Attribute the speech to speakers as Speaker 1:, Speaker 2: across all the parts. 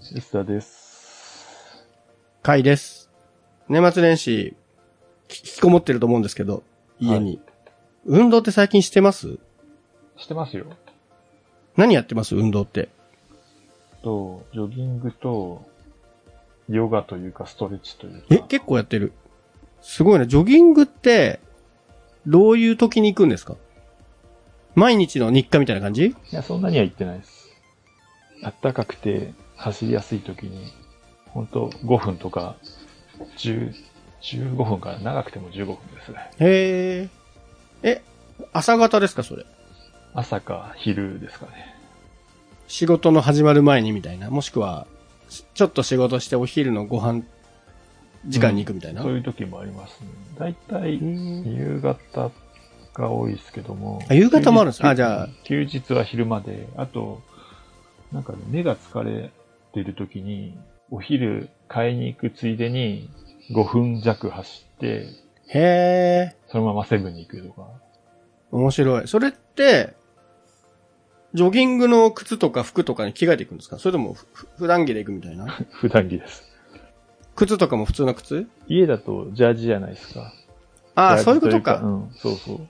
Speaker 1: シスターです。
Speaker 2: 回です。年末年始、き引きこもってると思うんですけど、家に。運動って最近してます
Speaker 1: してますよ。
Speaker 2: 何やってます運動って。
Speaker 1: と、ジョギングと、ヨガというかストレッチというか。
Speaker 2: え、結構やってる。すごいね。ジョギングって、どういう時に行くんですか毎日の日課みたいな感じ
Speaker 1: いや、そんなには行ってないです。あったかくて、走りやすい時に、ほんと5分とか、10、15分かな。長くても15分ですね。
Speaker 2: へえ。え、朝方ですかそれ。
Speaker 1: 朝か昼ですかね。
Speaker 2: 仕事の始まる前にみたいな。もしくは、しちょっと仕事してお昼のご飯時間に行くみたいな。
Speaker 1: そういう時もありますね。だいたい
Speaker 2: うん
Speaker 1: 夕方が多いですけども。
Speaker 2: あ夕方もあるんですか
Speaker 1: 休日
Speaker 2: あじゃあ。
Speaker 1: 休日は昼まで、あと、なんかね、目が疲れてる時に、お昼買いに行くついでに、5分弱走って、
Speaker 2: へえ。
Speaker 1: そのままセブンに行くとか。
Speaker 2: 面白い。それって、ジョギングの靴とか服とかに着替えていくんですかそれともふふ普段着で行くみた いな
Speaker 1: 普段着です。
Speaker 2: 靴とかも普通の靴
Speaker 1: 家だとジャージじゃないですか。
Speaker 2: あ
Speaker 1: ジャー
Speaker 2: あ、
Speaker 1: ジ
Speaker 2: そういうことか。
Speaker 1: うん、そうそう。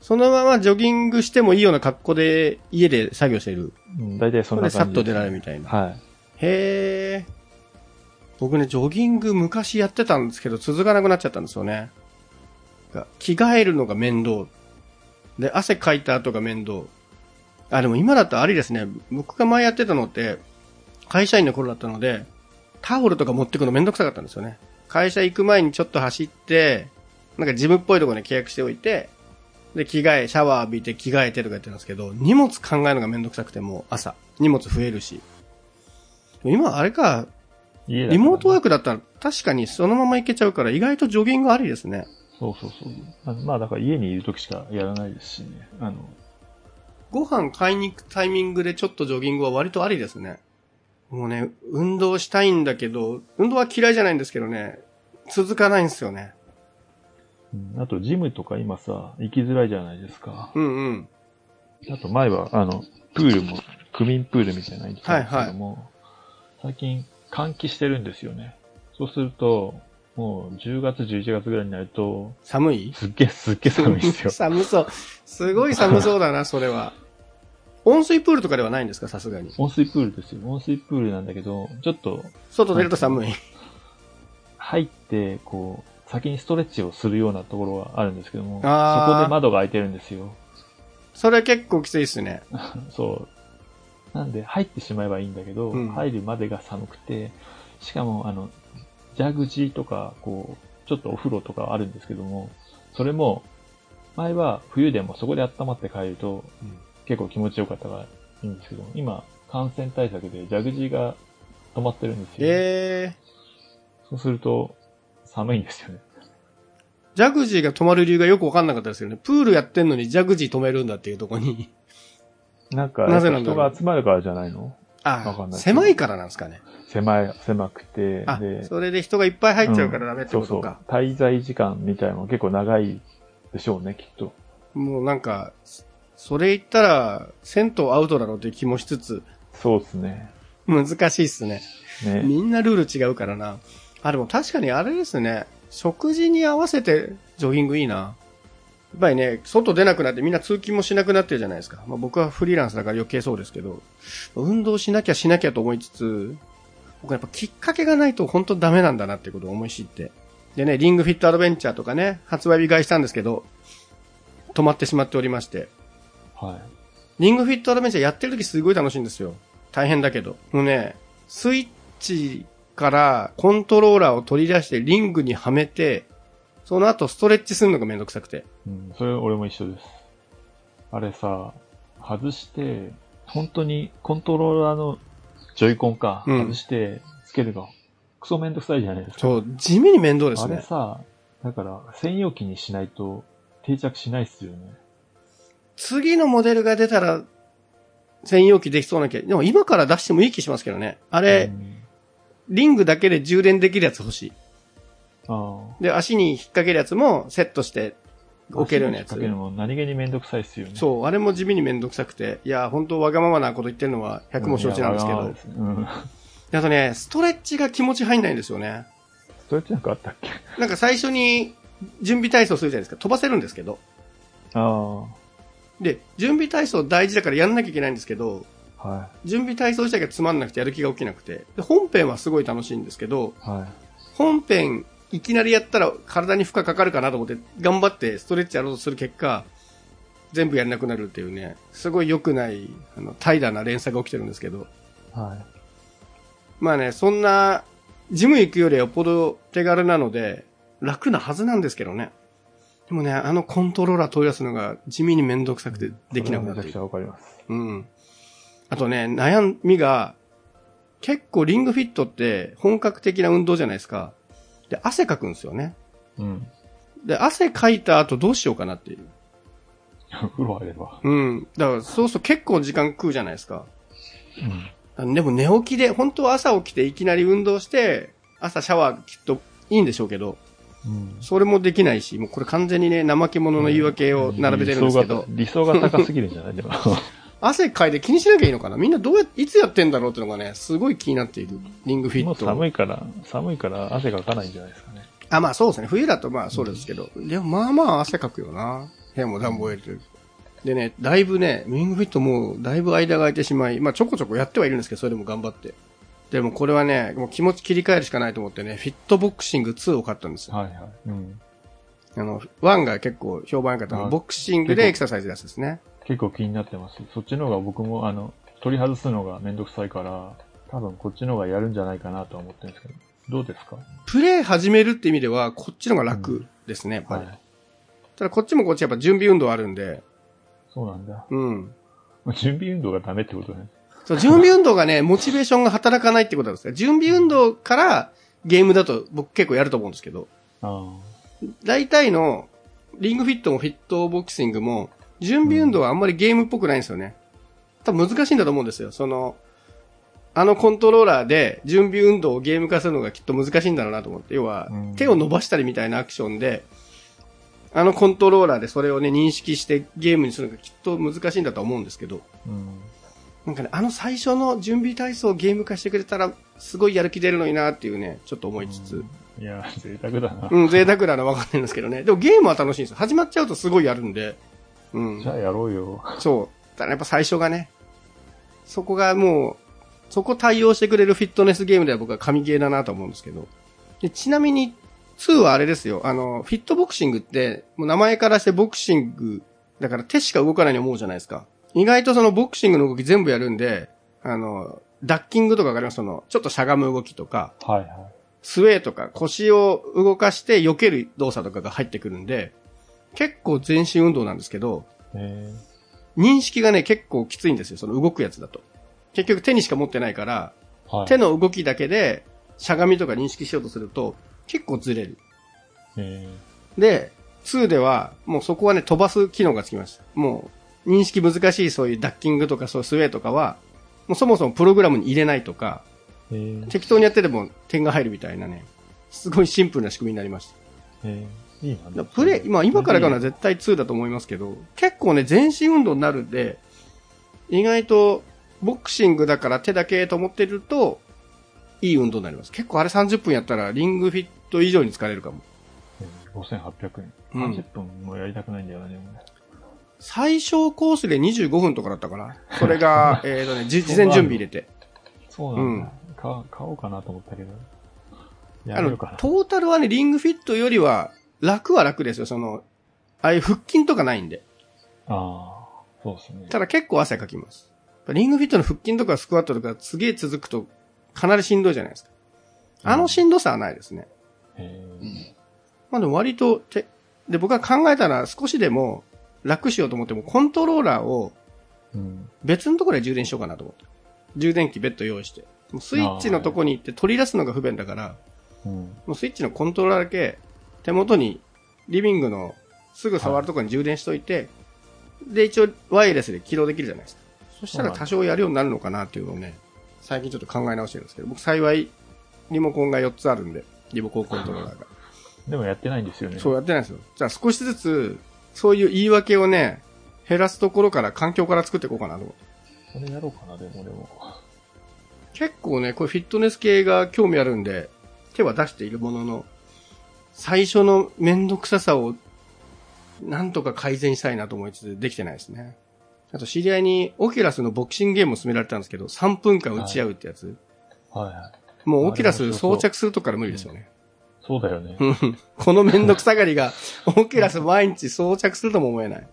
Speaker 2: そのままジョギングしてもいいような格好で家で作業してる。
Speaker 1: うん、大体そ
Speaker 2: そ
Speaker 1: ん
Speaker 2: れ
Speaker 1: な感
Speaker 2: で
Speaker 1: じ。
Speaker 2: さっと出られるみたいな。
Speaker 1: はい。
Speaker 2: へえ。僕ね、ジョギング昔やってたんですけど、続かなくなっちゃったんですよね。が着替えるのが面倒。で、汗かいた後が面倒。あ、でも今だとありですね。僕が前やってたのって、会社員の頃だったので、タオルとか持ってくのめんどくさかったんですよね。会社行く前にちょっと走って、なんかジムっぽいところに契約しておいて、で、着替え、シャワー浴びて着替えてとかやってるんですけど、荷物考えるのがめんどくさくてもう朝。荷物増えるし。今、あれか、
Speaker 1: 家だから
Speaker 2: リモートワー
Speaker 1: ク
Speaker 2: クだったら確かにそのまま行けちゃうから意外とジョギングありですね。
Speaker 1: そうそうそうあの。まあだから家にいる時しかやらないですしね。あの、
Speaker 2: ご飯買いに行くタイミングでちょっとジョギングは割とありですね。もうね、運動したいんだけど、運動は嫌いじゃないんですけどね、続かないんですよね。
Speaker 1: うんあと、ジムとか今さ、行きづらいじゃないですか。
Speaker 2: うんうん。
Speaker 1: あと、前は、あの、プールも、区民プールみたいなの行ってたんですけども、最近、換気してるんですよね。そうすると、もう、10月、11月ぐらいになると、
Speaker 2: 寒い。
Speaker 1: すっげえ、すっげえ寒いんですよ
Speaker 2: 寒そう。すごい寒そうだな、それは。温水プールとかではないんですか、さすがに。
Speaker 1: 温水プールですよ。温水プールなんだけど、ちょっと、
Speaker 2: 外出ると寒い。
Speaker 1: 入って、こう、先にストレッチをするようなところがあるんですけども、そ
Speaker 2: あー
Speaker 1: こで窓が開いてるんですよ。
Speaker 2: それ結構きついですね。
Speaker 1: そう。なんで、入ってしまえばいいんだけど、
Speaker 2: うん
Speaker 1: 入るまでが寒くて、しかも、あの、ジャグジーとか、こう、ちょっとお風呂とかあるんですけども、それも、前は冬でもそこで温まって帰ると、
Speaker 2: うん
Speaker 1: 結構気持ちよかったからいいんですけども、今、感染対策でジャグジーが止まってるんですよ。
Speaker 2: えー、
Speaker 1: そうすると、寒いんですよね。
Speaker 2: ジャグジーが止まる理由がよくわかんなかったですけどね。プールやってんのにジャグジー止めるんだっていうとこに。
Speaker 1: なんか、
Speaker 2: なぜなんだ
Speaker 1: 人
Speaker 2: ろう
Speaker 1: が集まるからじゃないのわか
Speaker 2: あ
Speaker 1: ん
Speaker 2: あ、
Speaker 1: ない
Speaker 2: 狭いからなんですかね。
Speaker 1: 狭い、狭くて、
Speaker 2: あ
Speaker 1: で、、
Speaker 2: それで人がいっぱい入っちゃうからダメって
Speaker 1: そ
Speaker 2: こ
Speaker 1: うそ
Speaker 2: と
Speaker 1: う
Speaker 2: か。。
Speaker 1: 滞在時間みたいなのも結構長いでしょうね、きっと。
Speaker 2: もうなんか、そそれ言ったら、銭湯アウトだろうっていう気もしつつ、
Speaker 1: そうですね。
Speaker 2: 難しいっすね。
Speaker 1: ね。
Speaker 2: みんなルール違うからな。あ、でも確かにあれですね。食事に合わせてジョギングいいな。やっぱりね、外出なくなってみんな通勤もしなくなってるじゃないですか。まあ僕はフリーランスだから余計そうですけど、運動しなきゃしなきゃと思いつつ、僕はやっぱきっかけがないと本当ダメなんだなってことを思い知って。でね、リングフィットアドベンチャーとかね、発売日買いしたんですけど、止まってしまっておりまして。
Speaker 1: は
Speaker 2: リングフィットアドベンチャーやってる時すごい楽しいんですよ。大変だけど。もうね、スイッチからコントローラーを取り出してリングにはめて、その後ストレッチするのがめんどくさくて。
Speaker 1: い。うん、それ俺も一緒です。あれさ、外して、本当にコントローラーのジョイコンか、
Speaker 2: うん
Speaker 1: 外して、つけるが、クソめんどくさいじゃないですか。
Speaker 2: そう、地味に面倒です
Speaker 1: あれ
Speaker 2: ね。
Speaker 1: さ、だから、専用機にしないと定着しないっすよね。
Speaker 2: 次のモデルが出たら、専用機できそうな気が。でも今から出してもいい気しますけどね。あれ、
Speaker 1: うん
Speaker 2: リングだけで充電できるやつ欲し
Speaker 1: あ
Speaker 2: い。で、足に引っ掛けるやつもセットして
Speaker 1: あ。
Speaker 2: 置けるようなや
Speaker 1: 足
Speaker 2: つ
Speaker 1: に引っ掛ける。のも何気にめんどくさいっすよね。
Speaker 2: そう、あれも地味にめんどくさくて。いや、本当わがままなこと言ってるのは
Speaker 1: うん。
Speaker 2: 100も承知なんですけど。
Speaker 1: わがままですねうん
Speaker 2: あとね、ストレッチが気持ち入んないんですよね。
Speaker 1: ストレッチなんかあったっけ
Speaker 2: なんか最初に準備体操するじゃないですか。飛ばせるんですけど。
Speaker 1: あ
Speaker 2: で、準備体操大事だからやんなきゃいけないんですけど、
Speaker 1: あ、は
Speaker 2: 準備体操自体がつまんなくてやる気が起きなくて。で、本編はすごい楽しいんですけど、
Speaker 1: い、はい。
Speaker 2: 本編いきなりやったら体に負荷かかるかなと思って頑張ってストレッチやろうとする結果全部やらなくなるっていうねすごい良くないあの怠惰な連鎖が起きてるんですけど
Speaker 1: はい。
Speaker 2: まあねそんなジム行くよりはよっぽど手軽なので楽なはずなんですけどねでもねあのコントローラー取り出すのが地味に面倒くさくてできな
Speaker 1: こ
Speaker 2: くな
Speaker 1: れはめ
Speaker 2: っ
Speaker 1: ちゃく
Speaker 2: ている
Speaker 1: ちゃわかります。
Speaker 2: うん。あとね、悩みが、結構リングフィットって本格的な運動じゃないですか。で、汗かくんですよね。
Speaker 1: うん。
Speaker 2: で、汗かいた後どうしようかなっていう。
Speaker 1: 風呂入れば。
Speaker 2: うん。だから、そうすると結構時間食うじゃないですか。
Speaker 1: うん。
Speaker 2: あでも寝起きで、本当は朝起きていきなり運動して、朝シャワーきっといいんでしょうけど、
Speaker 1: うん。
Speaker 2: それもできないし、もうこれ完全にね、怠け者の言い訳を並べてるんですけど、
Speaker 1: 理想が理想が高すぎるんじゃないで も。
Speaker 2: 汗かいて気にしなきゃいいのかなみんなどうや、いつやってんだろうっていうのがね、すごい気になっている。リングフィッ
Speaker 1: もう
Speaker 2: ト。
Speaker 1: 寒いから、寒いから汗かかないんじゃないですかね。
Speaker 2: あ、まあそうですね。冬だとまあそうですけど。でもまあまあ汗かくよな。部屋も暖房入れてる。でね、だいぶね、ウィングフィットもうだいぶ間が空いてしまい、まあちょこちょこやってはいるんですけど、それでも頑張って。でもこれはね、もう気持ち切り替えるしかないと思ってね、フィットボクシング2を買ったんですよ。
Speaker 1: はいはい。うん。
Speaker 2: あの、1が結構評判良かったの
Speaker 1: は
Speaker 2: が
Speaker 1: い
Speaker 2: ボクシングでエクササイズ出すですね。
Speaker 1: 結構気になってます。そっちの方が僕も、あの、取り外すのがめんどくさいから、多分こっちの方がやるんじゃないかなとは思ってるんですけど、どうですか
Speaker 2: プレイ始めるって意味では、こっちの方が楽ですね、やっぱり。
Speaker 1: い。
Speaker 2: ただこっちもこっちやっぱ準備運動あるんで、
Speaker 1: そうなんだ。
Speaker 2: うん。
Speaker 1: 準備運動がダメってことね。
Speaker 2: そう、準備運動がね、モチベーションが働かないってことなんですよ。準備運動からゲームだと僕結構やると思うんですけど、
Speaker 1: あ
Speaker 2: 大体のリングフィットもフィットボクシングも、準備運動はあんまりゲームっぽくないんですよね。多分難しいんだと思うんですよ。その、あのコントローラーで準備運動をゲーム化するのがきっと難しいんだろうなと思って、要は
Speaker 1: うん
Speaker 2: 手を伸ばしたりみたいなアクションで、あのコントローラーでそれをね、認識してゲームにするのがきっと難しいんだと思うんですけど、
Speaker 1: あ。うん。
Speaker 2: なんかね、あの最初の準備体操をゲーム化してくれたら、すごいやる気出るのになっていうね、ちょっと思いつつ。
Speaker 1: いや、贅沢だな。
Speaker 2: うん、贅沢なのはわかんないんですけどね。でもゲームは楽しいんですよ。始まっちゃうとすごいやるんで。うん
Speaker 1: じ。ゃあやろうよ。
Speaker 2: そう。ただやっぱ最初がね、そこがもう、そこ対応してくれるフィットネスゲームでは僕は神ゲーだなと思うんですけど。でちなみに、2はあれですよ。あの、フィットボクシングって、もう名前からしてボクシング、だから手しか動かないように思うじゃないですか。意外とそのボクシングの動き全部やるんで、あの、ダッキングとかわかりますその、ちょっとしゃがむ動きとか、
Speaker 1: はいは
Speaker 2: スウェーとか腰を動かして避ける動作とかが入ってくるんで、結構全身運動なんですけど、
Speaker 1: い。え
Speaker 2: 認識がね、結構きついんですよ。その動くやつだと。結局手にしか持ってないから、
Speaker 1: ー、はい。
Speaker 2: 手の動きだけで、しゃがみとか認識しようとすると、結構ずれる。
Speaker 1: え
Speaker 2: で、2では、もうそこはね、飛ばす機能がつきました。もう、認識難しいそういうダッキングとかそういうスウェーとかは、もうそもそもプログラムに入れないとか、
Speaker 1: ー、えー、
Speaker 2: 適当にやってても点が入るみたいなね、すごいシンプルな仕組みになりました。
Speaker 1: えー、いいな。
Speaker 2: プレイ、まあ今からかな
Speaker 1: うん
Speaker 2: 絶対2だと思いますけど、結構ね、全身運動になるんで、意外とボクシングだから手だけと思ってると、いい運動になります。結構あれ30分やったらリングフィット以上に疲れるかも。
Speaker 1: 5800円。
Speaker 2: うん
Speaker 1: 30分もやりたくないんだよね、でもね
Speaker 2: 最小コースで25分とかだったかな。そ れが、えっとね、じ事前準備入れて。
Speaker 1: そうなんだ。か買おうかなと思ったけど。や
Speaker 2: あ
Speaker 1: める
Speaker 2: の、ト
Speaker 1: か
Speaker 2: ータルはね、リングフィットよりは楽は楽ですよ。その、ああいう腹筋とかないんで。
Speaker 1: な。ああ、そうですね。
Speaker 2: ただ結構汗かきます。リングフィットの腹筋とかスクワットとかすげえ続くとかなりしんどいじゃないですか。あのしんどさはないですね。
Speaker 1: えー
Speaker 2: まあでも割とて、で、僕が考えたら少しでも楽しようと思ってもコントローラーを
Speaker 1: うん。
Speaker 2: 別のところで充電しようかなと思って。充電器別途用意して。もうスイッチのとこに行って取り出すのが不便だから、
Speaker 1: うん。
Speaker 2: もうスイッチのコントローラーだけ手元にリビングのすぐ触るところに充電しといて、で、一応ワイヤレスで起動できるじゃないですか。そしたら多少やるようになるのかなっていうのをね、最近ちょっと考え直してるんですけど、僕幸いリモコンが4つあるんで、リモコンコントローラーが。
Speaker 1: でもやってないんですよね。
Speaker 2: そうやってないんですよ。じゃあ少しずつ、そういう言い訳をね、減らすところから、環境から作っていこうかなと思って。
Speaker 1: それやろうかな、でも俺も。
Speaker 2: 結構ね、これフィットネス系が興味あるんで、手は出しているものの、最初の面倒くささを、なんとか改善したいなと思いつつ、できてないですね。あと知り合いに、オキュラスのボクシングゲームを勧められたんですけど、3分間打ち合うってやつ。
Speaker 1: はいはい。
Speaker 2: もう
Speaker 1: あ
Speaker 2: オキュラ
Speaker 1: で
Speaker 2: ス
Speaker 1: もそうそう
Speaker 2: 装着するとこから無理ですよね。
Speaker 1: そうだよね。
Speaker 2: この面倒くさがりが、オキュラス毎日装着するとも思えない。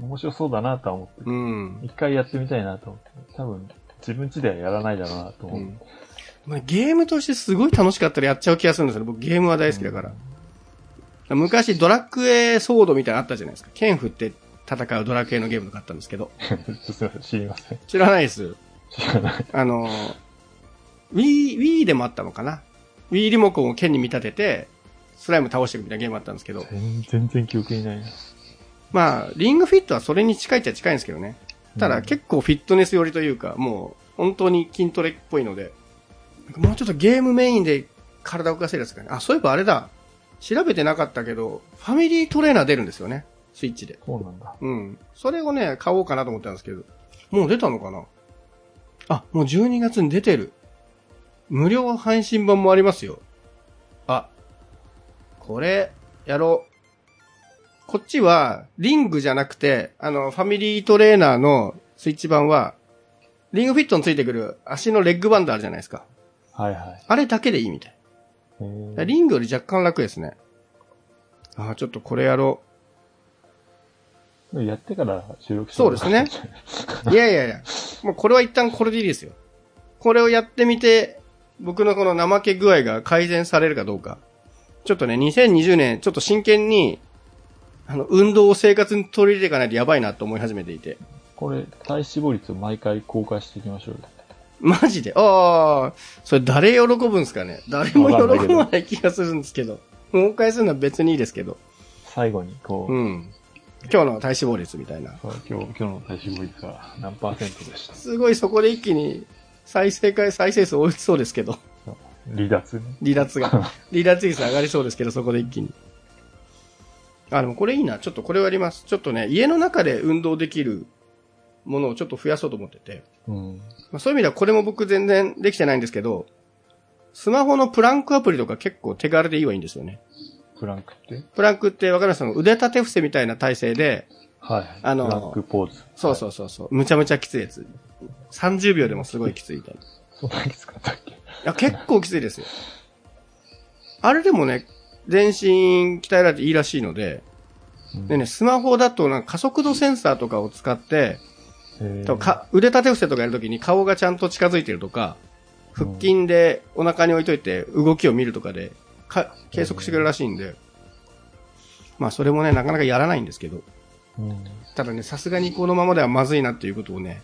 Speaker 1: 面白そうだなとは思って。
Speaker 2: うん。
Speaker 1: 一回やってみたいなと思って。多分、自分ちではやらないだろうなと思
Speaker 2: う
Speaker 1: って。
Speaker 2: んまあゲームとしてすごい楽しかったらやっちゃう気がするんですよね。僕ゲームは大好きだから。昔ドラクエソードみたいなのあったじゃないですか。剣振って戦うドラクエのゲームとかあったんですけど。
Speaker 1: すいません、 知りません。
Speaker 2: 知らないです。
Speaker 1: 知らない。
Speaker 2: あの、Wii、Wii でもあったのかな。Wii リモコンを剣に見立てて、スライム倒していくみたいなゲームあったんですけど。
Speaker 1: 全全然記憶にないな。
Speaker 2: まあ、リングフィットはそれに近いっちゃ近いんですけどね。ただ結構フィットネス寄りというか、もう本当に筋トレっぽいので、もうちょっとゲームメインで体を動かせるやつかね。あ、そういえばあれだ。調べてなかったけど、ファミリートレーナー出るんですよね。スイッチで。
Speaker 1: そうなんだ。
Speaker 2: うん。それをね、買おうかなと思ったんですけど。もう出たのかなあ、もう12月に出てる。無料配信版もありますよ。あ、これ、やろう。こっちは、リングじゃなくて、あの、ファミリートレーナーのスイッチ版は、リングフィットについてくる足のレッグバンドあるじゃないですか。
Speaker 1: はいはい。
Speaker 2: あれだけでいいみたい。
Speaker 1: へ
Speaker 2: だ
Speaker 1: ー
Speaker 2: からリングより若干楽ですね。あ、ちょっとこれやろう。
Speaker 1: やってから収録して
Speaker 2: そうですね。 いやいやいや、もうこれは一旦これでいいですよ。これをやってみて、僕のこの怠け具合が改善されるかどうか。ちょっとね、2020年、ちょっと真剣に、あの、運動を生活に取り入れていかないとやばいなと思い始めていて。
Speaker 1: これ、体脂肪率を毎回公開していきましょうよ。
Speaker 2: マジでああ、それ誰喜ぶんすかね誰も
Speaker 1: わかんないけ
Speaker 2: 喜
Speaker 1: ど
Speaker 2: ばない気がするんですけど。公開するのは別にいいですけど。
Speaker 1: 最後に、こう、
Speaker 2: うん。今日の体脂肪率みたいな。
Speaker 1: そう今日今日の体脂肪率が何パーセントでした
Speaker 2: すごいそこで一気に再生回、再生数追いつそうですけど。
Speaker 1: 離脱ね。
Speaker 2: 離脱が。離脱率上がりそうですけど、そこで一気に。あ、でもこれいいな。ちょっとこれをやります。ちょっとね、家の中で運動できるものをちょっと増やそうと思ってて。
Speaker 1: うん。
Speaker 2: まあ、そういう意味ではこれも僕全然できてないんですけど、スマホのプランクアプリとか結構手軽でいいはいいんですよね。
Speaker 1: プランクって
Speaker 2: プランクってわかりますか腕立て伏せみたいな体勢で、
Speaker 1: はい。
Speaker 2: あの
Speaker 1: プランクポーズ。
Speaker 2: そうそうそうそう、むちゃむちゃきついやつ。30秒でもすごいきついみたいな。
Speaker 1: そんなに使ったっけ
Speaker 2: いや、結構きついですよ。あれでもね、全身鍛えられていいらしいので、でね、スマホだとなんか加速度センサーとかを使って、
Speaker 1: うん、へー
Speaker 2: 多分か腕立て伏せとかやるときに顔がちゃんと近づいてるとか、腹筋でお腹に置いといて動きを見るとかでか計測してくれるらしいんで、まあそれもね、なかなかやらないんですけど、
Speaker 1: うん。
Speaker 2: ただね、さすがにこのままではまずいなっていうことをね、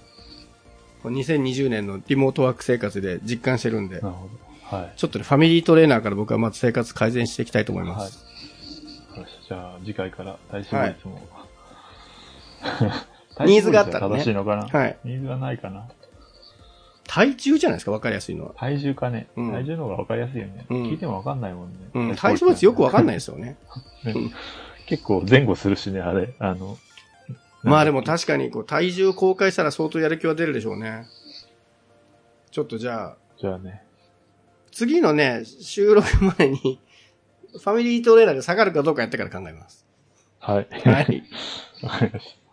Speaker 2: こう2020年のリモートワーク生活で実感してるんで
Speaker 1: な、るほど。はい。
Speaker 2: ちょっとね、ファミリートレーナーから僕はまず生活改善していきたいと思います。
Speaker 1: はい。よし、じゃあ次回から体脂肪率も。 体脂肪率は
Speaker 2: ニーズがあったらね
Speaker 1: 正しいのかな
Speaker 2: はい。
Speaker 1: ニーズがないかな
Speaker 2: 体重じゃないですか、わかりやすいのは。
Speaker 1: 体重かね。
Speaker 2: うん
Speaker 1: 体重の方が分かりやすいよね。
Speaker 2: うん
Speaker 1: 聞いても分かんないもんね。
Speaker 2: うん、体脂肪率よくわかんない
Speaker 1: い。
Speaker 2: ですよね。
Speaker 1: 結構前後するしね、あれ。あの、
Speaker 2: まあでも確かに、こう、体重公開したら相当やる気は出るでしょうね。ちょっとじゃあ、
Speaker 1: じゃあね。
Speaker 2: 次のね、収録前に、ファミリートレーナーで下がるかどうかやってから考えます。
Speaker 1: はい。
Speaker 2: はい。
Speaker 1: わかりました。